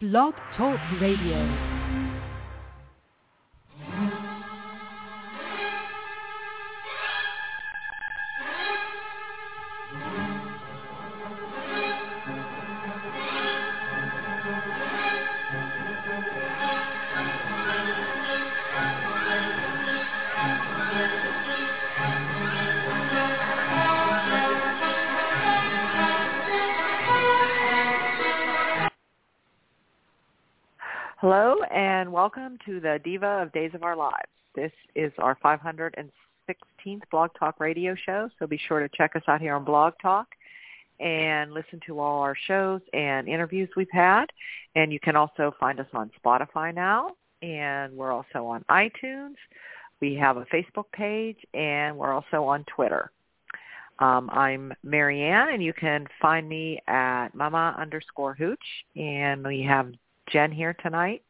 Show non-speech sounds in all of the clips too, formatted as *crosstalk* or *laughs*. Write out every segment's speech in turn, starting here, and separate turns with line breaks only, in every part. Blog Talk Radio.
Hello and welcome to the Diva of Days of Our Lives. This is our 516th Blog Talk radio show, so be sure to check us out here on Blog Talk and listen to all our shows and interviews we've had. And you can also find us on Spotify now, and we're also on iTunes. We have a Facebook page, and we're also on Twitter. Um, I'm Marianne, and you can find me at mama underscore hooch, and we have Jen here tonight.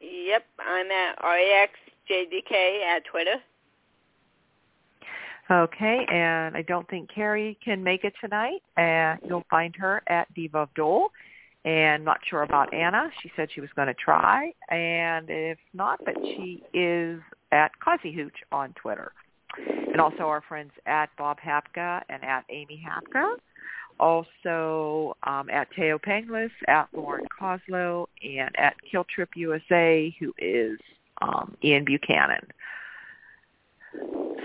Yep, I'm at REXJDK at Twitter.
Okay, and I don't think Carrie can make it tonight. And you'll find her at Diva of Dole. And not sure about Anna. She said she was going to try. And if not, but she is at Cozy Hooch on Twitter. And also our friends at Bob Hapka and at Amy Hapka. Also um, at Teo Panglis, at Lauren Coslow, and at Kill Trip USA, who is um, Ian Buchanan.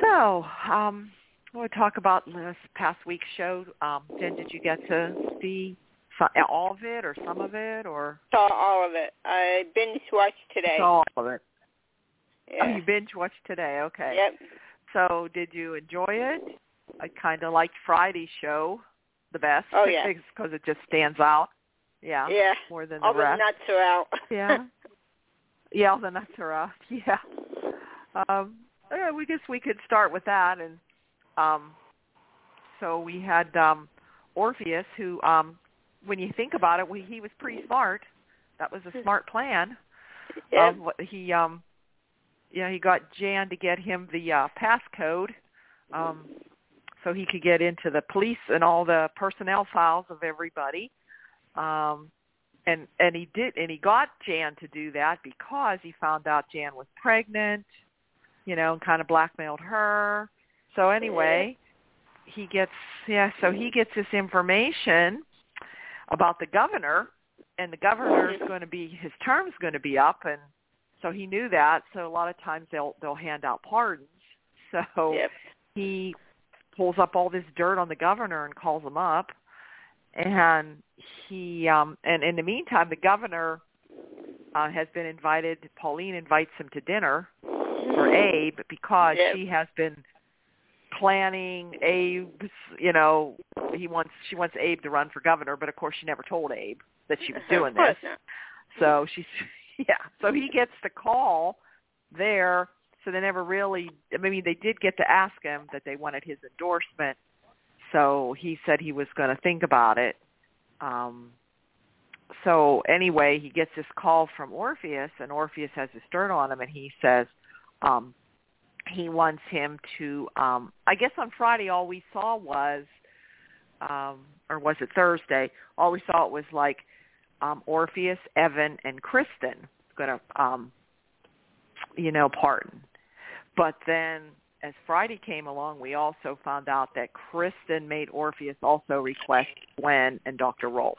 So, um, I want to talk about this past week's show. Um, Jen, did you get to see some, all of it or some of it or
Saw all of it. I binge watched today.
all of it? Oh,
yeah.
you binge watched today. Okay.
Yep.
So did you enjoy it? I kind of liked Friday's show the best. *laughs*
Oh, yeah.
Because it just stands out. Yeah.
Yeah.
More than
All
the
the
rest.
nuts are out. *laughs*
yeah. Yeah, all the nuts are out. *laughs* Yeah. Um, yeah, we guess we could start with that. And um, so we had um, Orpheus, who, um, when you think about it, we, he was pretty smart. That was a smart plan
yep.
um, what- he um yeah he got Jan to get him the uh passcode um so he could get into the police and all the personnel files of everybody um and and he did and he got Jan to do that because he found out Jan was pregnant you know and kind of blackmailed her so anyway Mm-hmm. he gets yeah so he gets this information about the governor and the governor's going to be his term's going to be up and so he knew that so a lot of times they'll they'll hand out pardons so
Yep.
he pulls up all this dirt on the governor and calls him up and he um and in the meantime the governor uh has been invited Pauline invites him to dinner for Abe because
Mm-hmm.
she
Yes.
has been planning Abe's you know he wants she wants Abe to run for governor but of course she never told Abe that she was doing
Of course
this so she's *laughs* yeah. So he gets the call there. So they never really. I mean, they did get to ask him that they wanted his endorsement. So he said he was going to think about it. Um, so anyway, he gets this call from Orpheus, and Orpheus has his dirt on him, and he says um, he wants him to. Um, I guess on Friday, all we saw was, um, or was it Thursday? All we saw was like um, Orpheus, Evan, and Kristen going to, um, you know, pardon. But then as Friday came along, we also found out that Kristen made Orpheus also request Gwen and Dr. Rolf.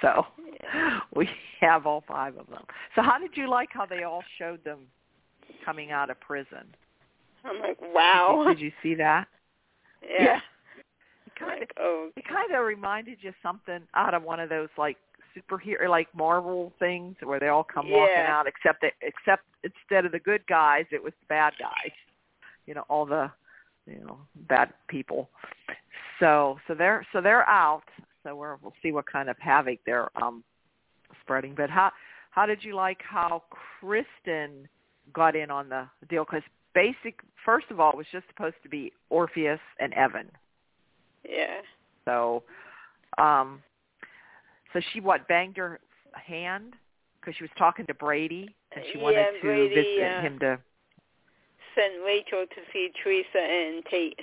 So *laughs* we have all five of them. So how did you like how they all showed them coming out of prison?
not. I'm like,
Did you-
wow.
*laughs* Did you see that?
*laughs* yeah.
yeah. Kind of
Like, oh.
it kind of reminded you something out of one of those like superhero like Marvel things where they all come walking
Yeah.
out except that except instead of the good guys it was the bad guys. You know, all the you know, bad people. So so they're so they're out. So we're we'll see what kind of havoc they're um spreading. But how how did you like how Kristen got in on the deal? Because basic first of all it was just supposed to be Orpheus and Evan.
Yeah.
So, um, so she what banged her hand because she was talking to Brady and she wanted
Yeah,
to
Brady,
visit
uh,
him to.
Sent Rachel to see Teresa and Tate.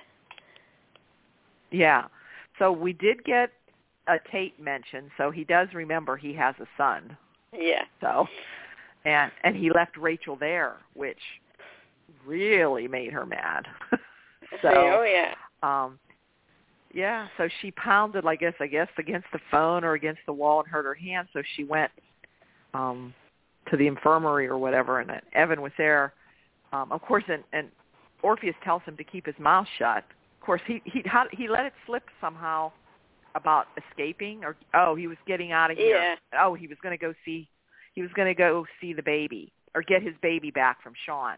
Yeah. So we did get a Tate mention, so he does remember he has a son.
Yeah.
So, and and he left Rachel there, which really made her mad. *laughs* so,
oh yeah.
um yeah so she pounded i guess i guess against the phone or against the wall and hurt her hand so she went um to the infirmary or whatever and then evan was there um of course and and orpheus tells him to keep his mouth shut of course he he how, he let it slip somehow about escaping or oh he was getting out of here
Yeah.
oh he was going to go see he was going to go see the baby or get his baby back from sean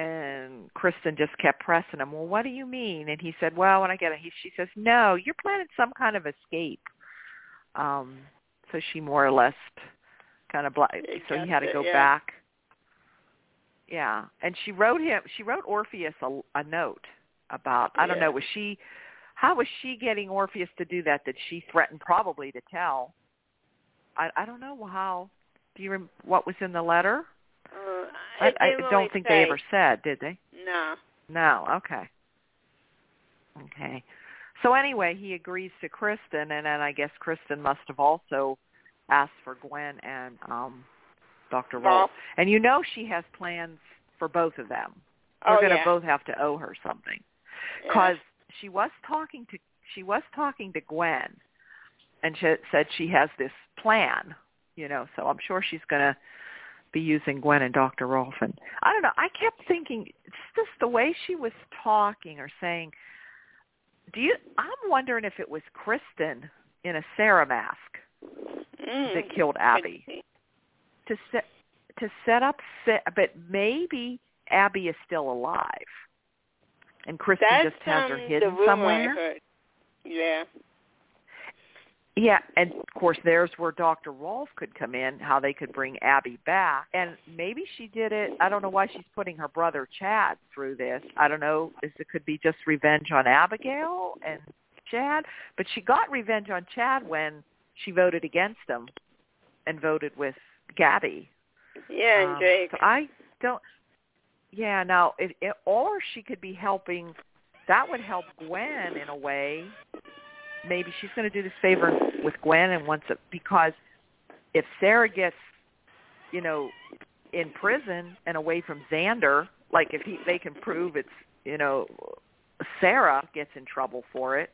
and Kristen just kept pressing him. Well, what do you mean? And he said, Well, when I get it, he, she says, No, you're planning some kind of escape. Um, so she more or less kind of bl-
It
so he
gets
had to
it,
go
yeah.
back. Yeah, and she wrote him. She wrote Orpheus a, a note about. I don't
Yeah.
know. Was she? How was she getting Orpheus to do that? That she threatened probably to tell. I I don't know how. Do you rem- what was in the letter?
Uh,
I,
it
I
didn't really
don't think they
say.
ever said, did they?
No.
No, okay. Okay. So anyway, he agrees to Kristen and then I guess Kristen must have also asked for Gwen and um Dr. Rolfe.
Rolfe.
And you know she has plans for both of them. We're
Oh
going to
yeah.
both have to owe her something
yeah.
because she was talking to she was talking to Gwen, and she said she has this plan, you know. So I'm sure she's going to be using Gwen and Dr. Rolfe. And I don't know. I kept thinking it's just the way she was talking or saying. Do you? I'm wondering if it was Kristen in a Sarah mask
mm,
that killed Abby
could be.
to set to set up. Set, but maybe Abby is still alive, and Kristen
That's
just has her
um,
hidden
the rumor
somewhere.
I heard. Yeah.
Yeah, and of course, there's where Dr. Rolfe could come in, how they could bring Abby back. And maybe she did it. I don't know why she's putting her brother Chad through this. I don't know. Is it could be just revenge on Abigail and Chad? But she got revenge on Chad when she voted against him and voted with Gabby.
Yeah, and
Um,
Jake.
So I don't. Yeah, now it, it or she could be helping. That would help Gwen in a way. Maybe she's going to do this favor with Gwen and wants it because if Sarah gets, you know, in prison and away from Xander, like if he they can prove it's you know Sarah gets in trouble for it,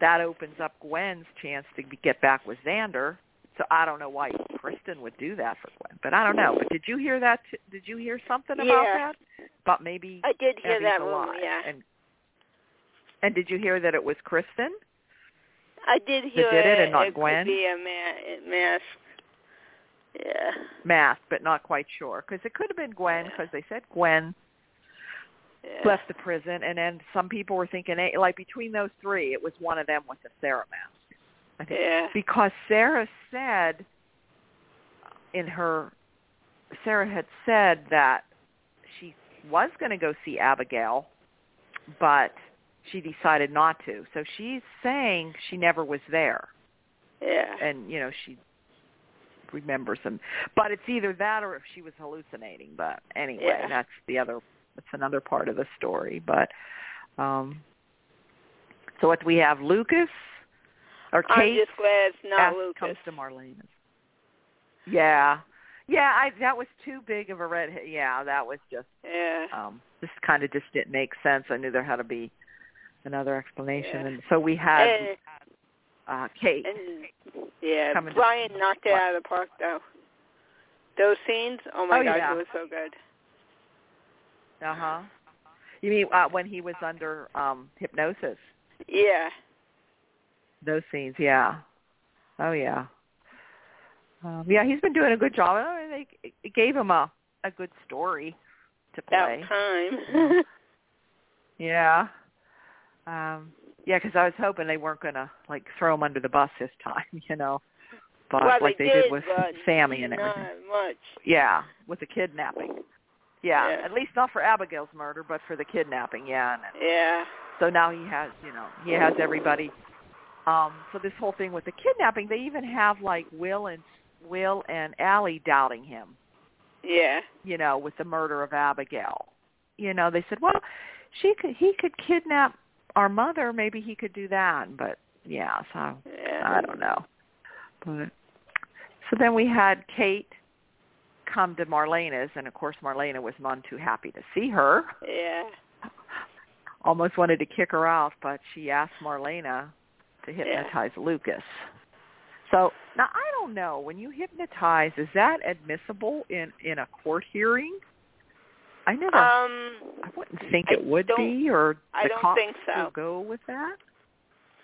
that opens up Gwen's chance to be, get back with Xander. So I don't know why Kristen would do that for Gwen, but I don't know. But did you hear that? T- did you hear something about
Yeah.
that? But maybe
I did hear
Abby's
that
alive.
rumor. Yeah.
And and did you hear that it was Kristen?
I did hear
did it
it
and not
it
Gwen?
Could be a ma- mask. Yeah.
Math, but not quite sure because it could have been Gwen
Yeah.
because they said Gwen
yeah.
left the prison, and then some people were thinking, eh, like between those three, it was one of them with the Sarah mask. I think
Yeah.
because Sarah said in her, Sarah had said that she was going to go see Abigail, but she decided not to. So she's saying she never was there,
Yeah.
and you know she remembers them. But it's either that or if she was hallucinating. But anyway,
Yeah.
that's the other. That's another part of the story. But um, so what do we have? Lucas or
I'm
Kate?
just glad it's not
ask-
Lucas.
comes to Marlene. Yeah, yeah. I that was too big of a red. Yeah, that was just
Yeah.
um just kind of just didn't make sense. I knew there had to be another explanation,
Yeah.
and so we had
And,
uh Kate.
and yeah,
coming to-
Brian knocked it
What?
out of the park though. Those scenes, oh my
Oh,
gosh,
yeah.
it was so good.
Uh huh. You mean uh, when he was under um hypnosis?
Yeah.
Those scenes, yeah. Oh yeah. Um, yeah, he's been doing a good job. Oh, They it gave him a a good story to
About
play.
time.
Yeah. Um yeah, because I was hoping they weren't gonna like throw him under the bus this time, *laughs* you know. But
well,
like
they,
did,
did
with
but
*laughs* Sammy and
not
everything.
much.
Yeah, with the kidnapping. Yeah,
Yeah.
at least not for Abigail's murder, but for the kidnapping. Yeah, and
Yeah.
so now he has, you know, he has everybody. Um, so this whole thing with the kidnapping, they even have like Will and Will and Allie doubting him
Yeah.
you know, with the murder of Abigail. You know, they said, well, she could, he could kidnap our mother. Maybe he could do that, but yeah, so
yeah.
I don't know. But so then we had Kate come to Marlena's, and of course Marlena was none too happy to see her.
Yeah.
Almost wanted to kick her out, but she asked Marlena to
Yeah.
hypnotize Lucas. So now I don't know when you hypnotize, is that admissible in in a court hearing? I never.
Um,
I wouldn't think
I
it would
don't-
be, or
I
the
don't
cops
think so.
will go with that.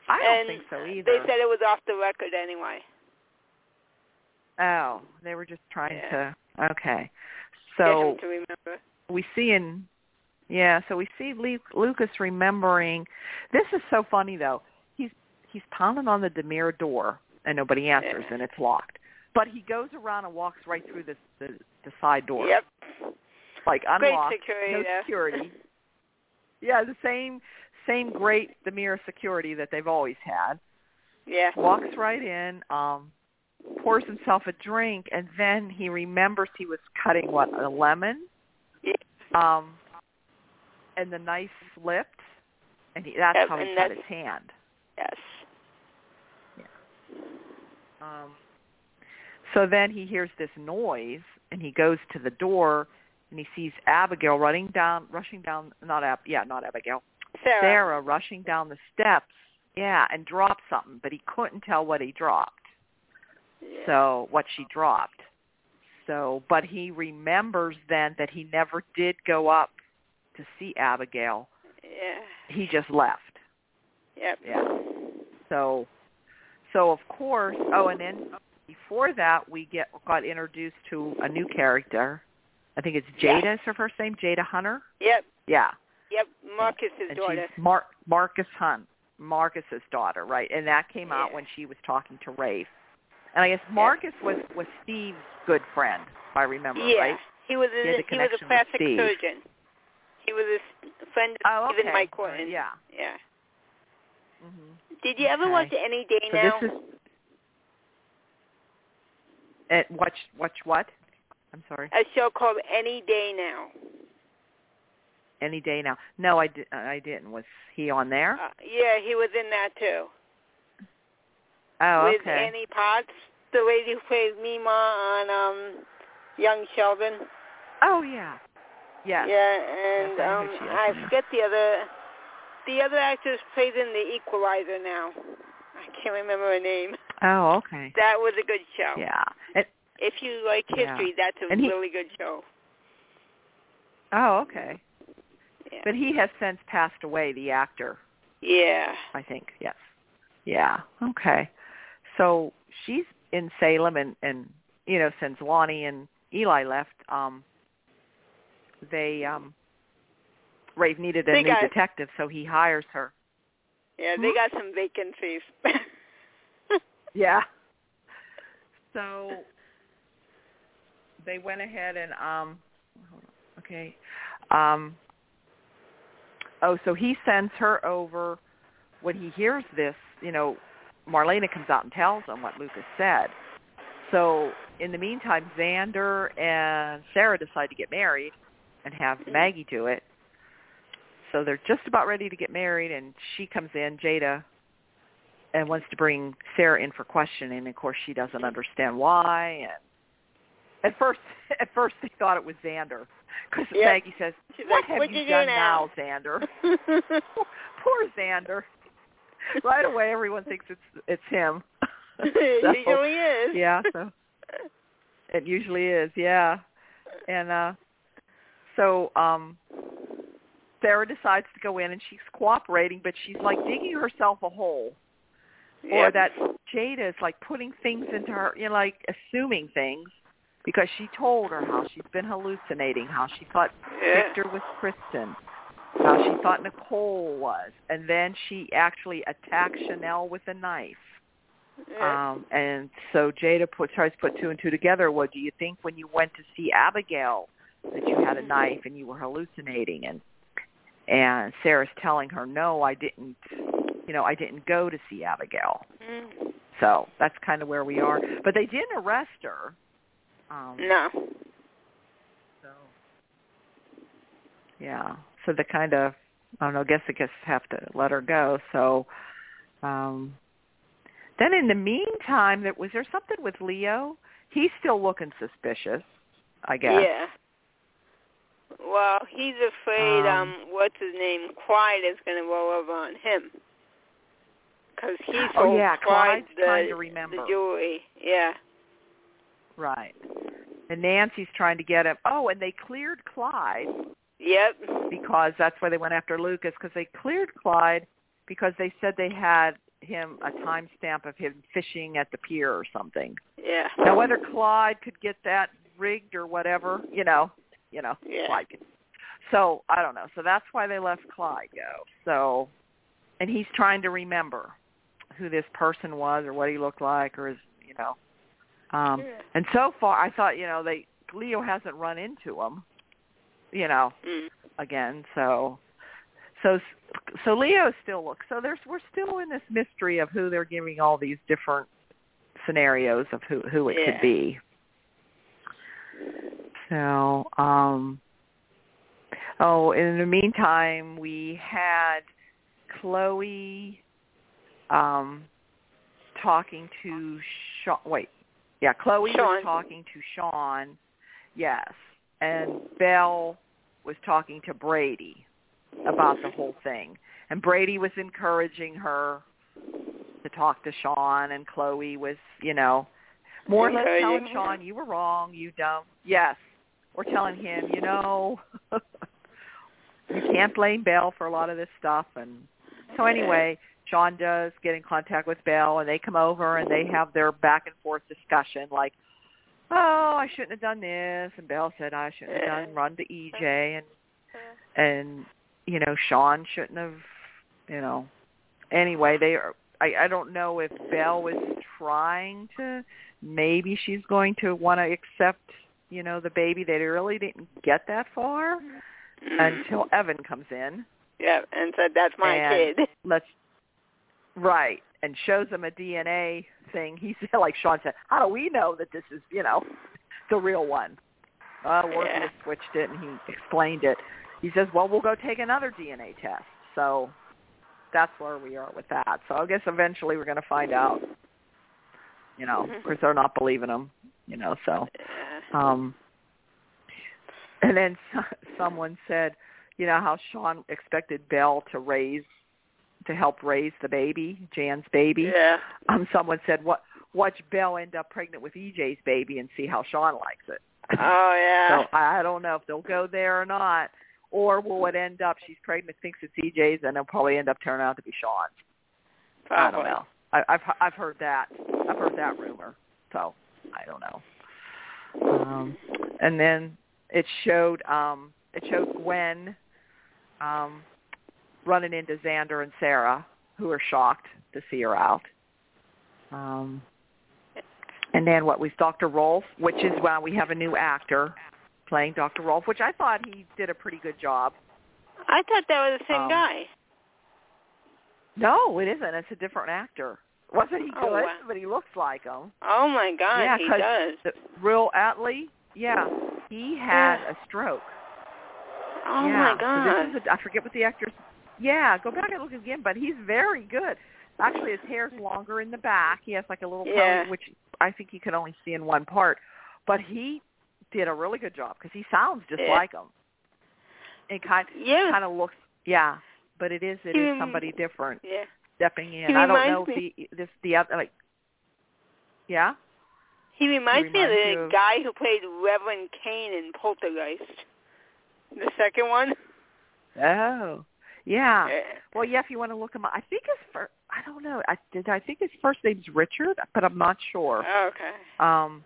I don't
and
think so either.
They said it was off the record anyway.
Oh, they were just trying
Yeah.
to. Okay,
Get
so
him to remember.
we see in, yeah, so we see Lu- Lucas remembering. This is so funny though. He's he's pounding on the Demir door and nobody answers
Yeah.
and it's locked. But he goes around and walks right through the the, the side door,
Yep.
like
Great
unlocked,
security.
no
there.
security. Yeah, the same same great Demir security that they've always had.
*laughs* yeah.
walks right in, um, pours himself a drink, and then he remembers he was cutting what a lemon,
Yeah.
um, and the knife slipped, and he, that's
Yep,
how he
and
cut
that's-
his hand.
Yes.
Um, so then he hears this noise, and he goes to the door, and he sees Abigail running down, rushing down. Not Ab, yeah, not Abigail.
Sarah.
Sarah rushing down the steps, yeah, and dropped something, but he couldn't tell what he dropped.
Yeah.
so what she dropped. So, but he remembers then that he never did go up to see Abigail.
Yeah.
He just left.
Yep.
Yeah. So, so of course. Oh, and then before that, we get got introduced to a new character. I think it's Jada is her first name. Jada Hunter.
Yep.
Yeah,
Yep. Marcus's
and
daughter.
she's Mar- Marcus Hunt, Marcus's daughter, right? And that came out
Yeah.
when she was talking to Rafe. And I guess Marcus was was Steve's good friend, if I remember
yeah.
right.
He was
He had the
a, he was
connection
a
with
plastic
Steve.
surgeon. He was a s- friend of
Oh,
Stephen
okay.
Mike
All right,
Horton.
Yeah.
Yeah.
hmm
Did you ever
Okay.
watch Any Day
So
Now?
this is at watch watch what? I'm sorry.
a show called Any Day Now.
Any day now. No, I di- I didn't. Was he on there?
Uh, yeah, he was in that too.
Oh,
with
okay.
Annie Potts, the lady who plays Mima on um Young Sheldon.
oh, yeah. Yes.
Yeah, and
Yes, I know
um
who she is
I
now.
forget the other the other actress plays in the Equalizer now. I can't remember her name.
Oh, okay.
That was a good show.
Yeah. And,
If you like
Yeah.
history, that's a
And he-
really good show.
oh, okay.
Yeah.
But he has since passed away. The actor.
yeah.
I think. Yes. Yeah. Okay. So she's in Salem and and you know since Lonnie and Eli left um they um Rave needed a
They
new
got-
detective so he hires her.
Yeah, they got some vacancies. *laughs*
Yeah. So they went ahead and um hold on, okay. Um oh, so he sends her over when he hears this, you know, Marlena comes out and tells him what Lucas said. So in the meantime, Xander and Sarah decide to get married and have Maggie do it. So they're just about ready to get married, and she comes in, Jada, and wants to bring Sarah in for questioning. And of course, she doesn't understand why. And at first, *laughs* at first they thought it was Xander because
Yep.
Maggie says,
She's
"What
like,
have
"What'd
you,
you do
done
now?"
Xander?" *laughs*
*laughs*
Poor Xander. Right away, everyone thinks it's it's
*laughs*
him. *laughs*
it
So,
usually is.
yeah, so it usually is. Yeah, and uh, so um, Sarah decides to go in, and she's cooperating, but she's like digging herself a hole, or
Yep.
that Jada is like putting things into her, you know, like assuming things because she told her how she's been hallucinating, how she thought
Yeah.
Victor was Kristen, how she thought Nicole was, and then she actually attacked Chanel with a knife.
Yeah.
Um, and so Jada put, tries to put two and two together. Well, do you think when you went to see Abigail that you had a knife and you were hallucinating? And and Sarah's telling her, no, I didn't. You know, I didn't go to see Abigail.
Mm.
So that's kind of where we are. But they didn't arrest her. Um,
No.
so yeah, so the kind of I don't know. I guess I guess have to let her go. So um, Then in the meantime, there, was there something with Leo? He's still looking suspicious, I guess.
Yeah. Well, he's afraid. Um,
Um,
what's his name? Clyde is going to roll over on him because he
Oh,
told
yeah,
Clyde
Clyde's trying
the,
to remember.
the jewelry. Yeah.
Right. And Nancy's trying to get him. Oh, and they cleared Clyde
Yep.
because that's why they went after Lucas because they cleared Clyde because they said they had him a timestamp of him fishing at the pier or something.
Yeah.
Now whether Clyde could get that rigged or whatever, you know, you know,
Yeah.
Clyde. Could. So I don't know. So that's why they left Clyde go. So, and he's trying to remember who this person was or what he looked like or his, you know. Um,
Yeah.
and so far, I thought you know they Leo hasn't run into him, you know,
Mm.
again. So, so so Leo still looks. So there's we're still in this mystery of who they're giving all these different scenarios of who who it
Yeah.
could be. So, um, oh, in the meantime, we had Chloe um, talking to Sean. Wait, yeah, Chloe
Sean.
was talking to Sean. Yes, and Belle was talking to Brady about the whole thing, and Brady was encouraging her to talk to Sean, and Chloe was, you know, more or less
Encouraging
telling
her.
Sean, "You were wrong, you dumb." Yes, or telling him, you know, *laughs* you can't blame Belle for a lot of this stuff, and so anyway, Sean does get in contact with Belle, and they come over and they have their back and forth discussion, like, "Oh, I shouldn't have done this," and Belle said, "I shouldn't have done run to EJ," and and you know, Sean shouldn't have, you know. Anyway, they are. I, I don't know if Belle was trying to. Maybe she's going to want to accept, you know, the baby. They really didn't get that far
Mm.
until Evan comes in.
yeah, and said that's my
and- *laughs*
kid.
let's right and shows him a DNA thing. He said, *laughs* like Sean said, how do we know that this is you know the real one? Uh, Worthy
Yeah.
switched it, and he explained it. He says, well, we'll go take another DNA test. So that's where we are with that. So I guess eventually we're going to find out. You know,
Mhm.
of course they're not believing him. You know, so
Yeah.
um, and then so- someone said, you know how Sean expected Belle to raise, to help raise the baby, Jan's baby.
Yeah.
Um, someone said, what, watch Belle end up pregnant with EJ's baby and see how Sean likes it.
Oh yeah.
*laughs* So I I don't know if they'll go there or not, or will it end up she's pregnant, thinks it's EJ's, and it'll probably end up turning out to be Sean's. I
Probably.
don't know. I, I've I've heard that. I've heard that rumor. So I don't know. Um, and then it showed um, it showed Gwen um, running into Xander and Sarah, who are shocked to see her out. Um, and then what was Dr. Rolf, which is why we have a new actor playing Dr. Rolf, which I thought he did a pretty good job.
I thought that was the same
Um,
guy.
No, it isn't. It's a different actor. Wasn't he good?
Oh, wow.
But he looks like him.
Oh my God,
yeah,
he
'cause
does.
the real Atley, yeah, he had
Yeah.
a stroke.
Oh
yeah.
my God.
So this is a, I forget what the actor's. Yeah, go back and look again, but he's very good. Actually, his hair's longer in the back. He has like a little
Yeah.
pony, which I think you can only see in one part. But he did a really good job because he sounds just
Yeah.
like him. It kind
yeah.
kind of looks, yeah. But it is it
He
is
rem-
somebody different
yeah.
stepping in.
He
I don't know
reminds
if the this the other like, yeah.
He reminds,
reminds
me
you
of the
of-
guy who played Reverend Kane in Poltergeist. The second one. Eh,
Oh, yeah.
Yeah.
Well, yeah, if you want to look him up, I think his first, I don't know, I did, I think his first name's Richard, but I'm not sure.
oh, Okay.
Um,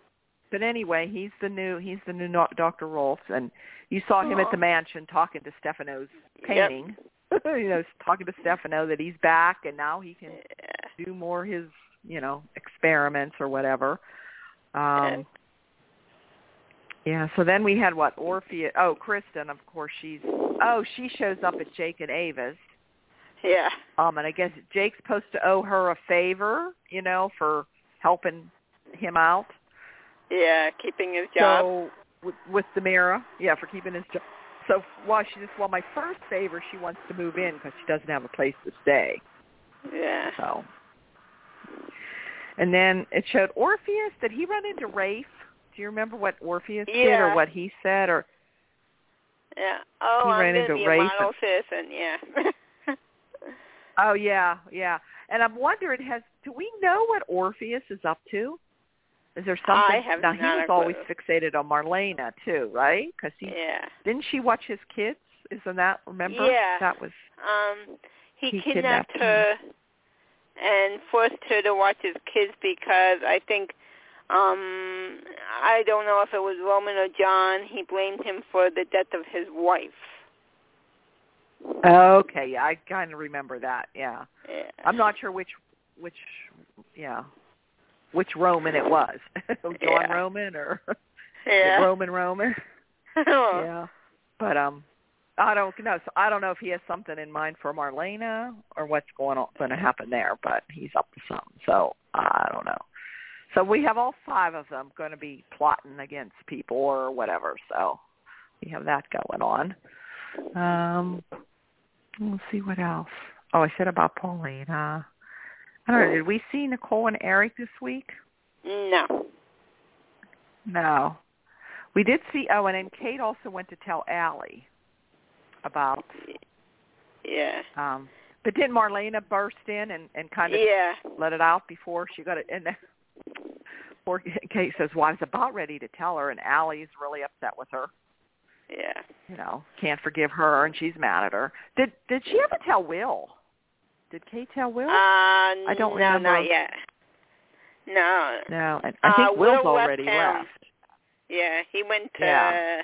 but anyway, he's the new, he's the new no- Dr. Rolfe, and you saw him at
Aw.
the mansion talking to Stefano's
Yep.
painting. *laughs* you know, talking to Stefano that he's back and now he can
Yeah.
do more his, you know, experiments or whatever.
Yeah.
Um, yeah, so then we had what Orpheus. Oh, Kristen, of course she's. Oh, she shows up at Jake and Ava's.
Yeah.
Um, and I guess Jake's supposed to owe her a favor, you know, for helping him out.
Yeah. Keeping his job.
So with, with the mirror, yeah, for keeping his job. So well, she just well, my first favor, she wants to move in because she doesn't have a place to stay.
yeah.
So And then it showed Orpheus. Did he run into Rafe? Do you remember what Orpheus did
Yeah.
or what he said? Or
Yeah. Oh,
He
I'm
ran
gonna
into
be a
Rafe
model
and-
citizen. Yeah. *laughs*
oh yeah, yeah. And I'm wondering, has do we know what Orpheus is up to? Is there something?
I have
now he
not a
was always
clue.
fixated on Marlena too, right? Because he
yeah.
didn't she watch his kids? Isn't that remember?
Yeah.
That was
Um, he,
He
kidnapped,
kidnapped
her and forced her to watch his kids because I think um I don't know if it was Roman or John, he blamed him for the death of his wife.
okay. Yeah, I kind of remember that. Yeah.
Yeah.
I'm not sure which which yeah which Roman it was. *laughs* John
Yeah.
Roman or
Yeah.
Roman Roman. Yeah. But um I don't know. So I don't know if he has something in mind for Marlena or what's going on going to happen there, but he's up to something. So I don't know. So we have all five of them going to be plotting against people or whatever. So we have that going on. Um, we'll see what else. Oh, I said about Pauline. Uh, I don't know. Did we see Nicole and Eric this week?
*laughs* No.
No. We did see Owen, and Kate also went to tell Allie about,
Yeah.
um, but didn't Marlena burst in and, and kind of
Yeah.
let it out before she got it? And then poor *laughs* Kate says, well, I was about ready to tell her, and Allie's really upset with her.
Yeah.
You know, can't forgive her, and she's mad at her. Did did she ever tell Will? Did Kate tell Will?
Uh, I
don't
no,
remember.
not yet. No.
no, and I think
uh,
Will's
Will left
already
town.
left.
Yeah, he went to
Yeah.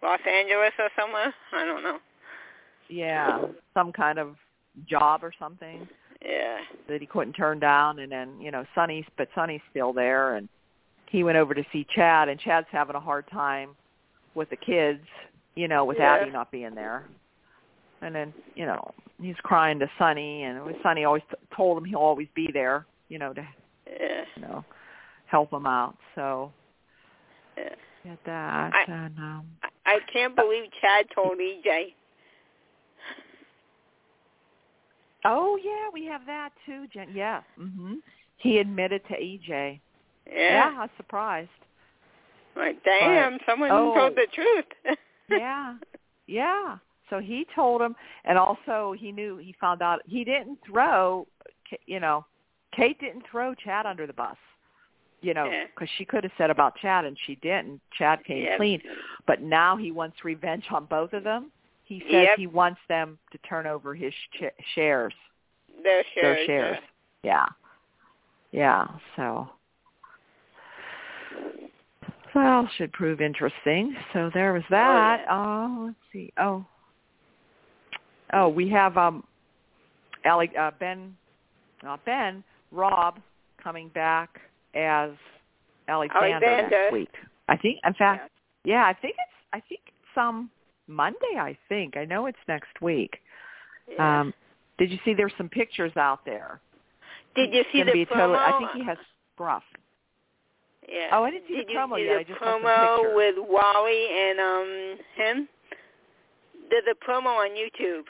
Los Angeles or somewhere. I don't know.
Yeah, some kind of job or something.
Yeah.
that he couldn't turn down and then you know Sonny's but Sonny's still there and he went over to see Chad and Chad's having a hard time with the kids you know with
Yeah.
Abby not being there and then you know he's crying to Sonny and it was Sonny always t- told him he'll always be there you know to
Yeah.
you know help him out so
Yeah.
get that
I-
and um
I- I can't believe Chad told E EJ.
oh yeah we have that too Jen yeah mhm he admitted to EJ
Yeah.
yeah I was surprised
Like, damn, someone
oh.
told the truth.
yeah yeah so he told him and also he knew he found out he didn't throw K- you know kate didn't throw chad under the bus you know
Yeah.
because she could have said about chad and she didn't chad
*laughs*
came
Yep.
clean but now he wants revenge on both of them he says
Yep.
he wants them to turn over his sh- shares
Their shares.
their shares yeah yeah so well, should prove interesting. So there was that. Oh, let's see. Oh, oh, we have um, Ale- uh, Ben, not Ben, Rob coming back as Alexander,
Alexander.
next week. I think. In fact, yeah, I think it's. I think it's um Monday. I think I know it's next week.
Yeah.
Um, did you see? There's some pictures out there.
Did you
It's
see
gonna
the
be a total-
promo?
I think he has scruff.
Yeah.
Oh, I didn't see the
Did you
promo
see
yet.
the
I just saw some
promo
pictures.
with Wally and um him? There's a promo on YouTube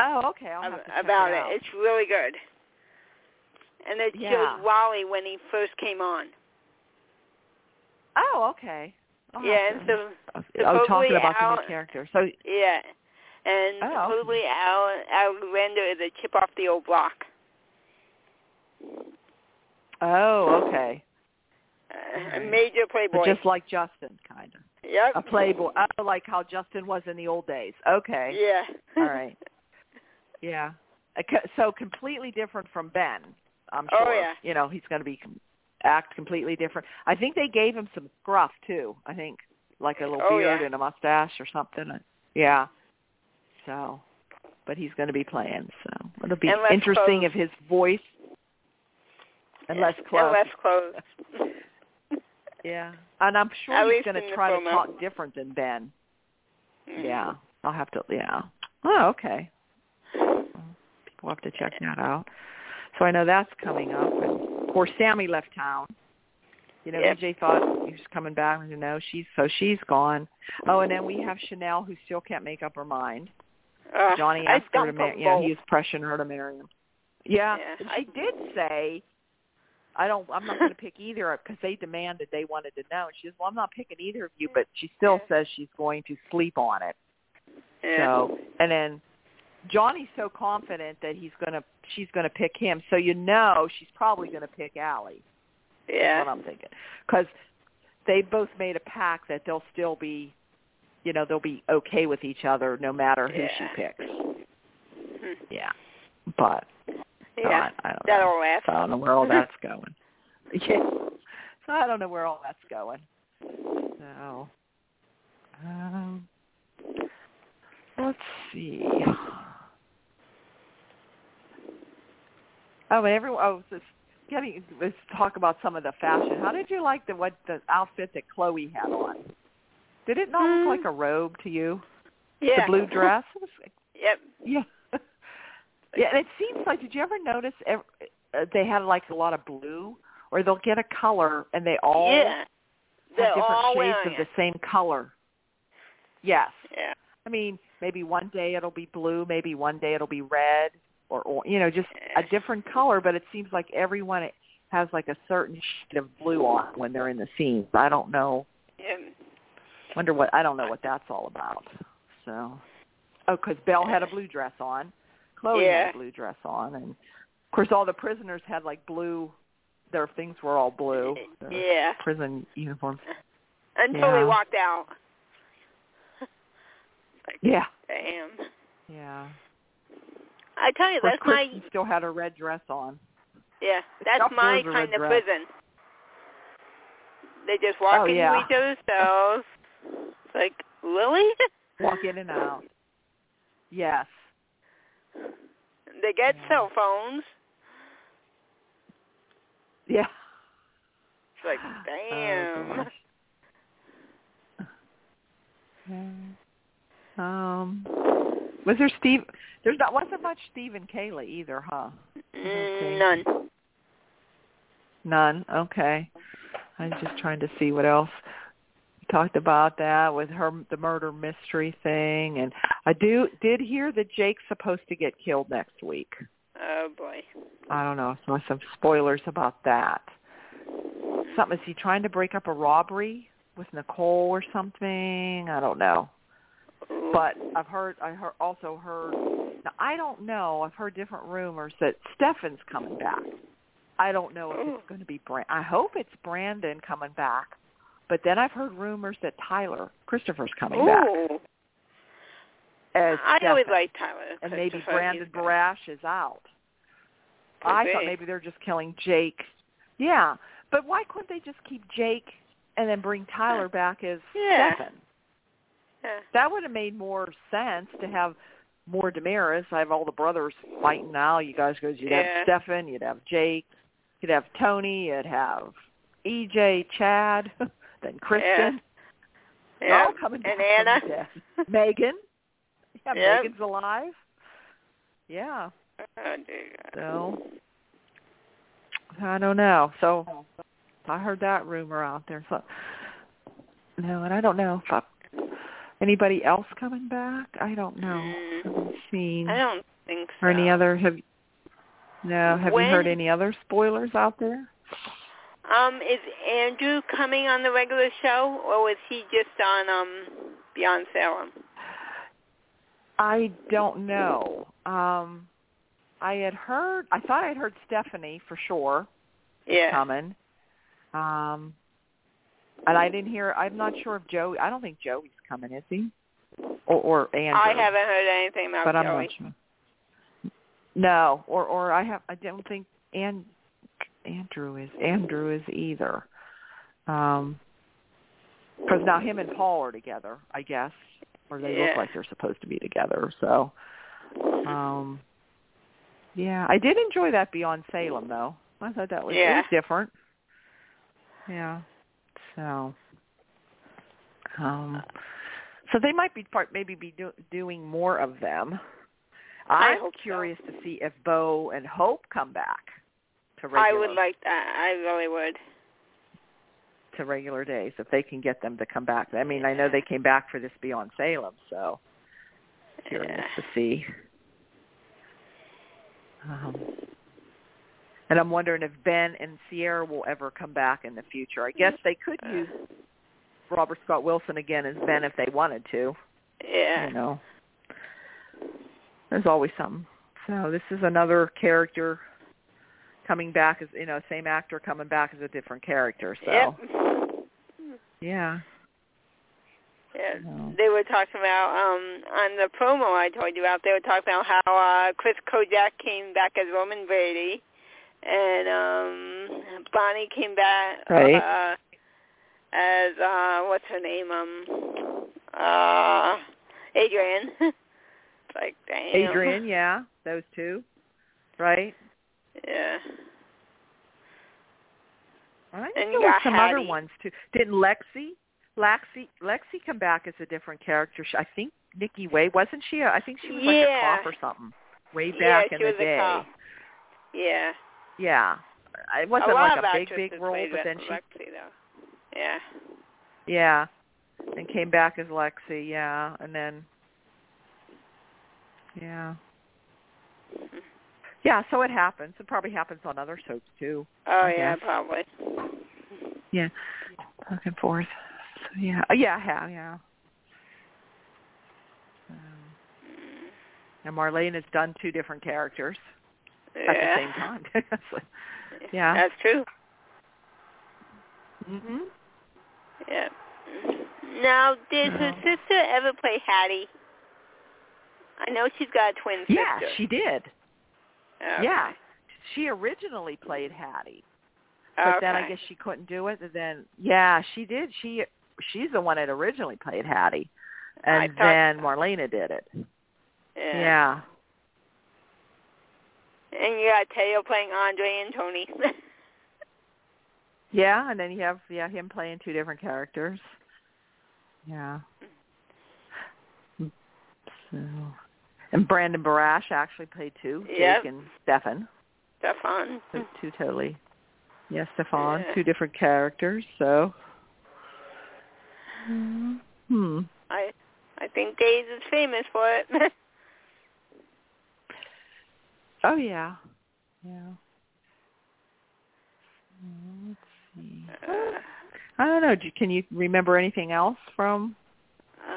Oh, okay. I'll
ab-
have to check
about
it. out.
It's really good. And it
Yeah.
shows Wally when he first came on.
Oh, okay. I'll
yeah,
have
and
to-
so
oh,
supposedly
talking about the
Al-
new character. So,
Yeah. And
Oh, okay.
supposedly Al Alexander is a chip off the old block.
oh, okay.
Uh, a
Alright.
major
So
playboy.
just like Justin, kind of
yep.
a playboy. Oh, like how Justin was in the old days. Okay.
Yeah.
All right. Yeah. A co- So completely different from Ben. I'm
Oh,
sure.
yeah.
You know, he's going to be com- act completely different. I think they gave him some scruff too. I think like a little
Oh,
beard
yeah.
and a mustache or something. Yeah. So, but he's going to be playing. So it'll be
Unless
interesting
Close-
if his voice, unless
*laughs*
close.
Unless close.
Yeah. And I'm sure
At
he's
least
going
in
to
the
try to
promo.
talk different than Ben. *laughs*
Mm.
Yeah. I'll have to. Yeah. Oh, okay. We'll have to check that out. So I know that's coming up. And of course, Sammy left town. You know,
Yep.
EJ thought he was coming back. You know, she's so she's gone. Oh, and then we have Chanel who still can't make up her mind.
Uh,
Johnny
I
asked her to
dump 'em
marry. You know,
both.
he was pressuring her to marry him. Yeah,
Yeah.
I did say I don't. I'm not going to pick either of because they demanded they wanted to know. And she says, "Well, I'm not picking either of you," but she still says she's going to sleep on it.
Yeah.
So, and then Johnny's so confident that he's going to she's going to pick him. So you know she's probably going to pick Allie. That's what
yeah.
I'm thinking because they both made a pact that they'll still be, you know, they'll be okay with each other no matter who
Yeah.
she picks.
Mhm.
Yeah, but so
Yeah.
I, I don't know.
That'll last.
So I don't know where *laughs* all that's going. Yeah. So I don't know where all that's going. So, um, let's see. Oh, and everyone. Oh, just getting. Let's talk about some of the fashion. How did you like the what the outfit that Chloe had on? Did it not
Mm.
look like a robe to you? The *laughs*
Yeah. *laughs*
blue dress. It was-
Yep.
yeah. *laughs* Yeah, and it seems like did you ever notice ev- uh, they had like a lot of blue or they'll get a color and they all
yeah.
have
They're
different
all
shades
wearing
of the
it.
same color. Yes.
Yeah.
I mean, maybe one day it'll be blue, maybe one day it'll be red or, or you know, just a different color, but it seems like everyone has like a certain shade of blue on when they're in the scenes. I don't know.
Yeah.
Wonder what I don't know what that's all about. So, oh, because Belle had a blue dress on, Chloe
Yeah.
had a blue dress on, and of course all the prisoners had like blue. Their things were all blue. Their
Yeah.
Prison uniforms.
Until
Yeah.
they walked out.
Yeah.
Damn.
Yeah.
I tell you,
Of course,
that's my
Kristen still had a red dress on.
yeah,
Stop
that's my
those are
kind of
redressed.
prison. They just walk
Oh,
into
yeah.
each other's cells. It's like, really?
Walk in and out. Yes.
They get
Yeah.
cell phones.
Yeah.
It's like,
*sighs* Oh,
damn.
gosh. Um, was there Steve? There's not wasn't much Steve and Kayla either, huh?
Mm, None.
None. Okay. I'm just trying to see what else we talked about that with her the murder mystery thing and I do did hear that Jake's supposed to get killed next week.
Oh boy.
I don't know, so some spoilers about that. Something is he trying to break up a robbery with Nicole or something? I don't know.
Ooh.
But I've heard I heard, also heard now I don't know, I've heard different rumors that Stefan's coming back. I don't know if
Oh.
it's going to be Brand. I hope it's Brandon coming back. But then I've heard rumors that Tyler Christopher's coming back
Ooh.
as
I always
Stefan.
like Tyler.
and maybe
Christopher.
Brandon
He's good.
Barash is out.
Could
I thought
be.
maybe they're just killing Jake. Yeah, but why couldn't they just keep Jake and then bring Tyler back as
Yeah.
Stefan?
*laughs* Yeah.
That would have made more sense to have more Damaris. I have all the brothers fighting now. You guys go. You'd
Yeah.
have Stefan. You'd have Jake. You'd have Tony. You'd have EJ, Chad, *laughs* then Kristen. They're
Yeah.
all coming back
And
from the
Anna.
dead. Megan. Yeah,
Yep.
Megan's alive. Yeah.
Oh, dear.
So I don't know. So I heard that rumor out there. So no, and I don't know if I, anybody else coming back. I don't know.
Mm.
I haven't seen
I don't think so.
or any other. Have no? Have you heard
When-
any other spoilers out there?
Um, is Andrew coming on the regular show, or was he just on um Beyond Salem?
I don't know. Um I had heard. I thought I had heard Stephanie for sure.
Yeah.
coming. Um, and I didn't hear. I'm not sure if Joey. I don't think Joey's coming, is he? Or, or Andrew?
I haven't heard anything about
but I'm
Joey.
not sure. No, or or I have. I don't think and Andrew is Andrew is either. Um, because now him and Paul are together, I guess, or they
Yeah.
look like they're supposed to be together. So, um, yeah, I did enjoy that Beyond Salem though. I thought that was, it
Yeah.
was different. Yeah. So, um, so they might be part maybe be do, doing more of them.
I
I'm
hope so.
curious to see if Bo and Hope come back to regular
I would like that. I really would.
to regular days if they can get them to come back. I mean, I know they came back for this Beyond Salem, so curious
Yeah.
to see. Um, And I'm wondering if Ben and Sierra will ever come back in the future. I guess they could
Uh.
use Robert Scott Wilson again as Ben if they wanted to.
Yeah.
You know, there's always something. So this is another character coming back as you know, same actor coming back as a different character. So
Yep.
yeah,
Yeah.
No.
They were talking about um on the promo I told you about. They were talking about how uh Chris Kojak came back as Roman Brady, and um Bonnie came back
Right.
uh, as uh what's her name um uh Adrian. *laughs* It's like damn.
Adrian, yeah, those two, right?
Yeah.
I think
And
there
you
were
got
some other
Hattie.
ones too. Didn't Lexi, Lexi, Lexi come back as a different character? She- I think Nikki Way wasn't she? A, I think she was like a
Yeah.
cop or something way
yeah,
back
she
in
was
the day.
a cop. Yeah.
Yeah, it wasn't
a lot
like
of
a big
actresses
big role,
played
but then she
Lexi, though. Yeah.
Yeah. And came back as Lexi, yeah. And then Yeah. Yeah, so it happens. It probably happens on other soaps too.
Oh
I
yeah,
guess.
probably.
Yeah. Back and forth. So, yeah. Oh, Yeah, yeah, yeah. Um, and Marlene has done two different characters
Yeah.
at the same time. *laughs* So, yeah.
That's true.
mhm.
Yeah. Now, did her
Yeah.
sister ever play Hattie? I know she's got a twin
Yeah,
sister. Oh.
she did.
Okay.
Yeah. She originally played Hattie. but
Okay.
then I guess she couldn't do it. And then yeah, she did. She she's the one that originally played Hattie,
I
and
thought
then
so.
Marlena did it. Yeah,
Yeah. And you got Teo playing Andre and Tony. *laughs*
yeah, and then you have yeah him playing two different characters. Yeah. So, and Brandon Barash actually played two,
Yep.
Jake and Stefan.
Stefan.
So two totally. Yes, Stefan,
Yeah.
two different characters. So. Hmm.
I I think Days is famous for it. *laughs*
Oh yeah. Yeah. Mm, Let's see.
Uh,
I don't know. Do, can you remember anything else from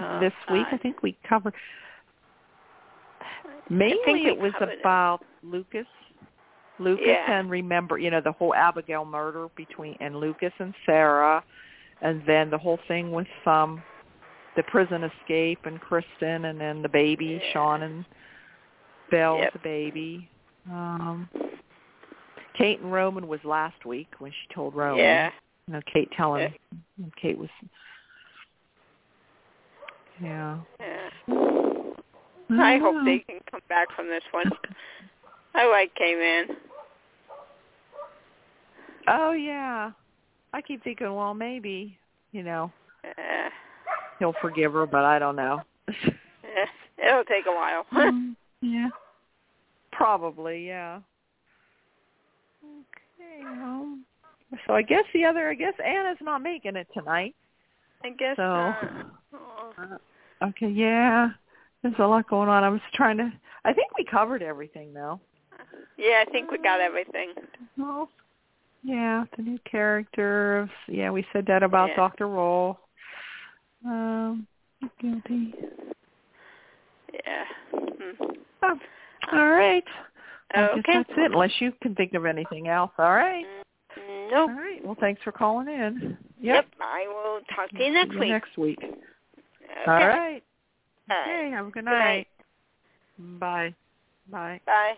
Uh,
this week?
uh,
I think we covered. Mainly,
we
it was
covered it.
about Lucas, Lucas,
Yeah.
and remember, you know, the whole Abigail murder between and Lucas and Sarah, and then the whole thing with um, the prison escape and Kristen, and then the baby
Yeah.
Sean and Belle with
Yep.
the baby. Um, Kate and Roman was last week when she told Roman.
yeah.
You know, Kate telling Kate was. Yeah.
Yeah.
I
I hope
don't know.
they can come back from this one. I like K-Man.
Oh yeah. I keep thinking, well, maybe you know
Yeah.
he'll forgive her, but I don't know. *laughs*
Yeah. It'll take a while. *laughs*
hmm, yeah. Probably, yeah. Okay. Well, so I guess the other, I guess Anna's not making it tonight.
I guess
So. uh,
not. Aw.
Okay, yeah. There's a lot going on. I was trying to. I think we covered everything though.
Yeah, I think we got everything.
Well, yeah, the new character of yeah, we said that about
Yeah.
Doctor Roll. Um, guilty.
Yeah. Hmm.
Oh, all right. I guess
Okay.
that's it. Unless you can think of anything else. All right.
Nope.
All right. Well, thanks for calling in.
Yep. I will talk to you next
See
week.
Next week.
Okay.
All right.
All right.
Okay. Have a good
night.
night. Bye. Bye.
Bye.